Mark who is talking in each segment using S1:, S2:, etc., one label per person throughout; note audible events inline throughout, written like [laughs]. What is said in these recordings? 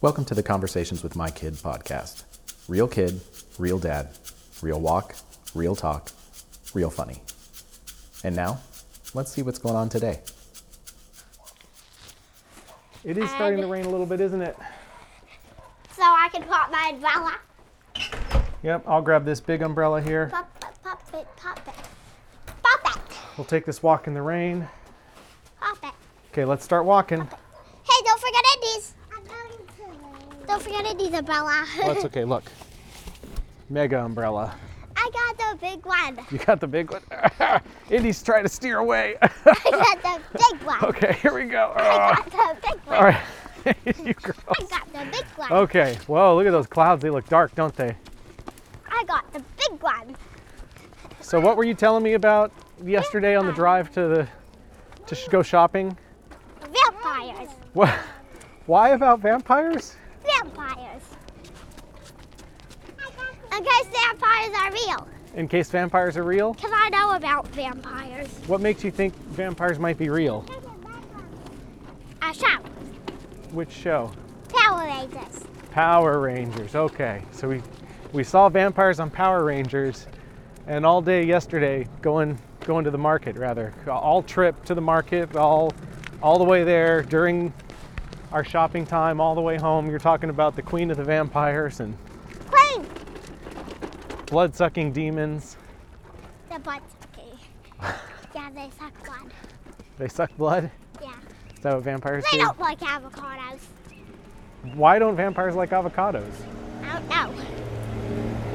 S1: Welcome to the Conversations with My Kid podcast. Real kid, real dad, real walk, real talk, real funny. And now, let's see what's going on today.
S2: It is starting to rain a little bit, isn't it?
S3: so I can pop my umbrella.
S2: Yep, I'll grab this big umbrella here.
S3: Pop, pop, pop it, pop it. Pop it,
S2: We'll take this walk in the rain.
S3: pop it.
S2: Okay, let's start walking.
S3: Hey, don't forget Indy's. I'm going to. Don't forget Indy's umbrella.
S2: Well, that's okay. Look, mega umbrella.
S3: [laughs] I got the big one. [laughs]
S2: You got the big one. [laughs] Indy's trying to steer away. [laughs]
S3: I got the big one.
S2: okay, here we go.
S3: I
S2: Ah,
S3: got the big
S2: [laughs]
S3: one.
S2: all right, [laughs] you girl.
S3: I got the big one.
S2: Okay. Whoa, look at those clouds. They look dark, don't they?
S3: I got the big one.
S2: So, what were you telling me about yesterday on the drive to the to sh- go shopping?
S3: Vampires.
S2: What? Why about vampires?
S3: Vampires. In case vampires are real.
S2: In case vampires are real.
S3: Because I know about vampires.
S2: What makes you think vampires might be real?
S3: I shout.
S2: Which show?
S3: Power Rangers.
S2: Power Rangers. Okay, so we we saw vampires on Power Rangers, and all day yesterday going going to the market rather all trip to the market all all the way there during our shopping time all the way home. You're talking about the Queen of the Vampires and
S3: Queen.
S2: blood sucking demons.
S3: The butt's okay. yeah, they suck blood.
S2: They suck blood.
S3: Yeah.
S2: Is that what vampires
S3: They
S2: do?
S3: don't like avocados.
S2: Why don't vampires like avocados?
S3: I don't know.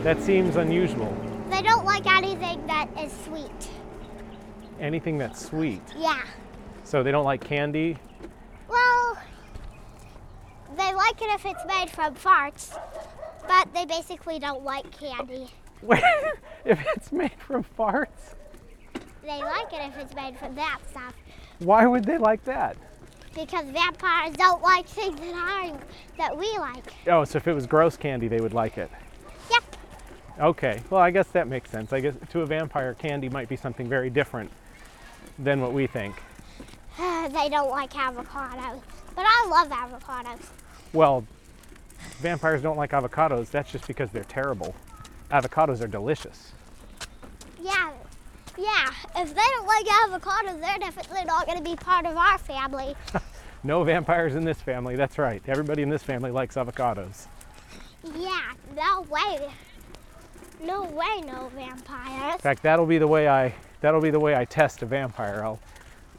S2: That seems unusual.
S3: They don't like anything that is sweet.
S2: Anything that's sweet.
S3: Yeah.
S2: So they don't like candy. [laughs]
S3: Well, they like it if it's made from farts, but they basically don't like candy.
S2: Wait, if it's made from farts,
S3: They like it if it's made from that stuff
S2: why would they like that?
S3: because vampires don't like things that are that we like.
S2: Oh, so if it was gross candy, they would like it.
S3: Yep. [sighs]
S2: Okay, well, I guess that makes sense. I guess to a vampire, candy might be something very different than what we think.
S3: they don't like avocados, but I love avocados.
S2: Well, vampires don't like avocados. That's just because they're terrible. Avocados are delicious.
S3: Yeah, yeah. If they don't like avocados, they're definitely not going to be part of our family.
S2: No [laughs] vampires in this family. That's right. Everybody in this family likes avocados.
S3: Yeah, no way. No way, no vampires.
S2: In fact, that'll be the way I that'll be the way I test a vampire. I'll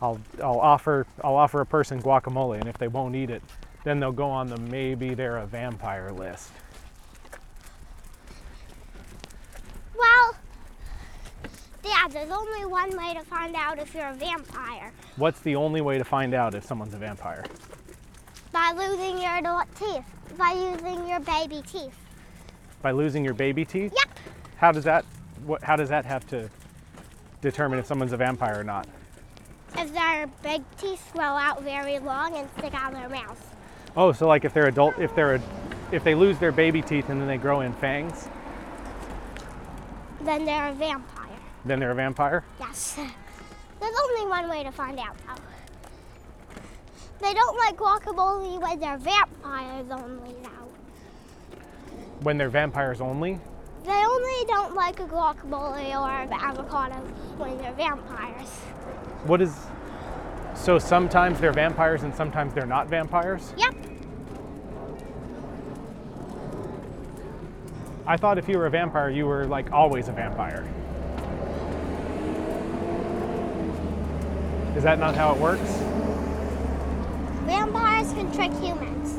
S2: I'll I'll offer I'll offer a person guacamole, and if they won't eat it, then they'll go on the maybe they're a vampire list.
S3: Well, yeah, there's only one way to find out if you're a vampire
S2: What's the only way to find out if someone's a vampire?
S3: by losing your adult teeth, by using your baby teeth.
S2: By losing your baby teeth?
S3: Yep.
S2: How does that what how does that have to determine if someone's a vampire or not?
S3: If their big teeth grow out very long and stick out of their mouth.
S2: Oh, so like if they're adult if they're a, if they lose their baby teeth and then they grow in fangs,
S3: Then they're a vampire.
S2: then they're a vampire?
S3: Yes. There's only one way to find out, though. They don't like guacamole when they're vampires only, though.
S2: When they're vampires only?
S3: They only don't like a guacamole or an avocado when they're vampires.
S2: What is so sometimes they're vampires and sometimes they're not vampires?
S3: Yep.
S2: I thought if you were a vampire, you were like always a vampire. Is that not how it works?
S3: Vampires can trick humans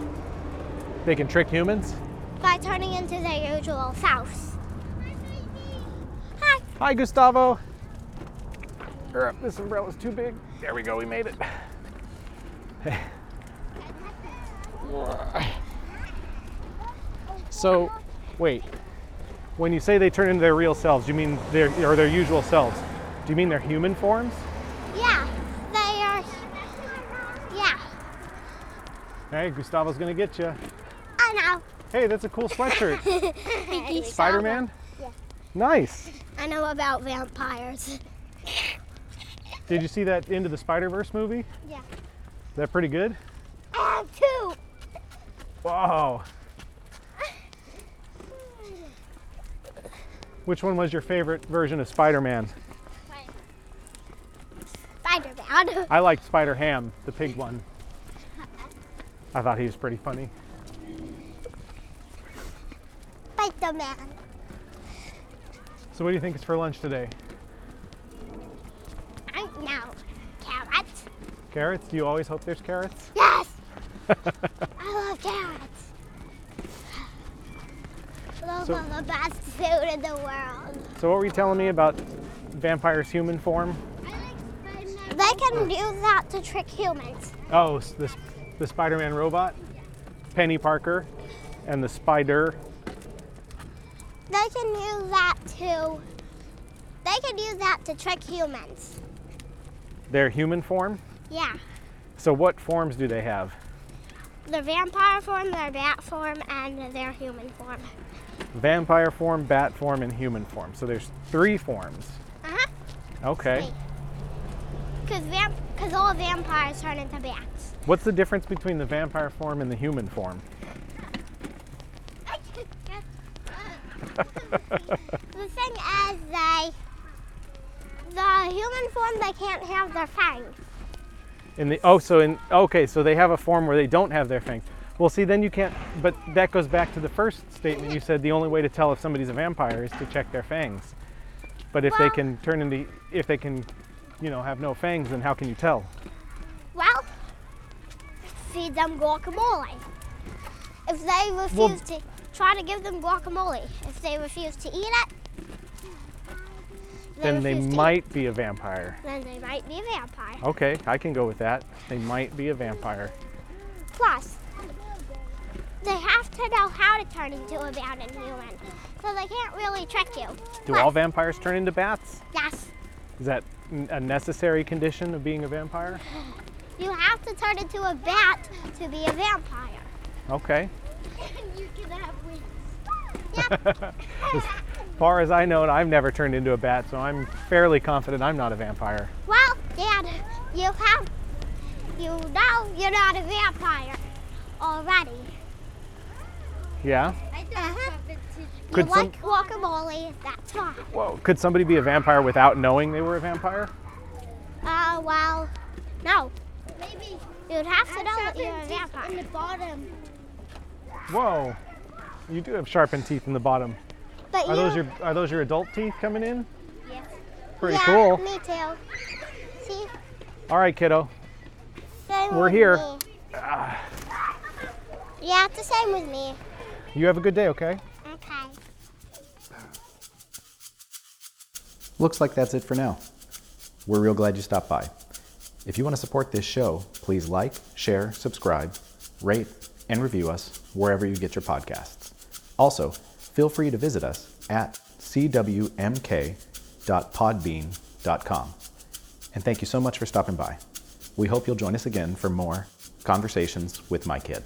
S2: They can trick humans?
S3: by turning into their usual selves. Hi.
S2: Hi, Gustavo. Er, This umbrella's too big. There we go, we made it. So, wait. When you say they turn into their real selves, you mean their or their usual selves? Do you mean their human forms?
S3: Yeah, they are. Yeah,
S2: Hey, Gustavo's gonna get you.
S3: I know.
S2: Hey, that's a cool sweatshirt. Spider Man?
S3: Yeah.
S2: Nice.
S3: I know about vampires. [laughs]
S2: Did you see that Into the Spider Verse movie?
S3: Yeah.
S2: Is that pretty good?
S3: I have two.
S2: Whoa. Which one was your favorite version of Spider Man?
S3: Spider Man.
S2: I liked Spider Ham, the pig one. I thought he was pretty funny.
S3: Spider Man.
S2: So, what do you think is for lunch today?
S3: I know. Carrots.
S2: Carrots? Do you always hope there's carrots?
S3: Yes! I love carrots. Those
S2: So-
S3: are the best food in the world.
S2: So, what were you telling me about vampire's human form?
S3: They can use that to trick humans.
S2: Oh, s- the, the Spider Man robot, Penny Parker, and the spider.
S3: They can use that to. They can use that to trick humans.
S2: Their human form?
S3: Yeah.
S2: So, what forms do they have?
S3: Their vampire form, their bat form, and their human form.
S2: Vampire form, bat form, and human form. So, there's three forms.
S3: Uh huh.
S2: Okay.
S3: Because vamp- cause all vampires turn into bats. [laughs]
S2: What's the difference between the vampire form and the human form?
S3: the thing is, they. The human form, they can't have their fangs.
S2: In the oh, so in okay, so they have a form where they don't have their fangs. Well, see, then you can't. But that goes back to the first statement you said. The only way to tell if somebody's a vampire is to check their fangs. But if they
S3: Well-
S2: can turn into, if they can, you know, have no fangs, then how can you tell?
S3: Well, feed them guacamole. If they refuse
S2: Well-
S3: to, try to give them guacamole. If they refuse to eat it, they
S2: then they
S3: refuse to eat-
S2: might be a vampire.
S3: Then they might be a vampire.
S2: Okay, I can go with that. They might be a vampire.
S3: Plus, they have to know how to turn into a bat and human, so they can't really trick you.
S2: Do all vampires turn into bats?
S3: Yes,
S2: Is that n- a necessary condition of being a vampire?
S3: you have to turn into a bat to be a vampire.
S2: Okay.
S3: [laughs] And you can have wings.
S2: As
S3: Yep.
S2: [laughs] far as I know, I've never turned into a bat, so I'm fairly confident I'm not a vampire.
S3: Well, Dad, you have, you know you're not a vampire already.
S2: Yeah.
S3: Uh-huh. You
S2: Could some-
S3: like guacamole, that's fine.
S2: Whoa. Could somebody be a vampire without knowing they were a vampire?
S3: Uh, well, no.
S4: Maybe
S3: You'd have to know that
S4: that's
S3: you're a
S4: up in
S3: vampire.
S4: the bottom.
S2: Whoa. You do have sharpened teeth in the bottom.
S3: But
S2: Are
S3: you,
S2: those your Are those your adult teeth coming in?
S4: Yes.
S2: Pretty
S3: yeah,
S2: cool.
S3: me too. See?
S2: All right, kiddo.
S3: Same
S2: We're
S3: with
S2: here. Ah.
S3: me. Yeah, it's the same with me.
S2: You have a good day, okay?
S3: Okay.
S1: Looks like that's it for now. We're real glad you stopped by. If you want to support this show, please like, share, subscribe, rate, and review us wherever you get your podcasts. Also, feel free to visit us at cwmk.podbean.com. And thank you so much for stopping by. We hope you'll join us again for more Conversations with My Kid.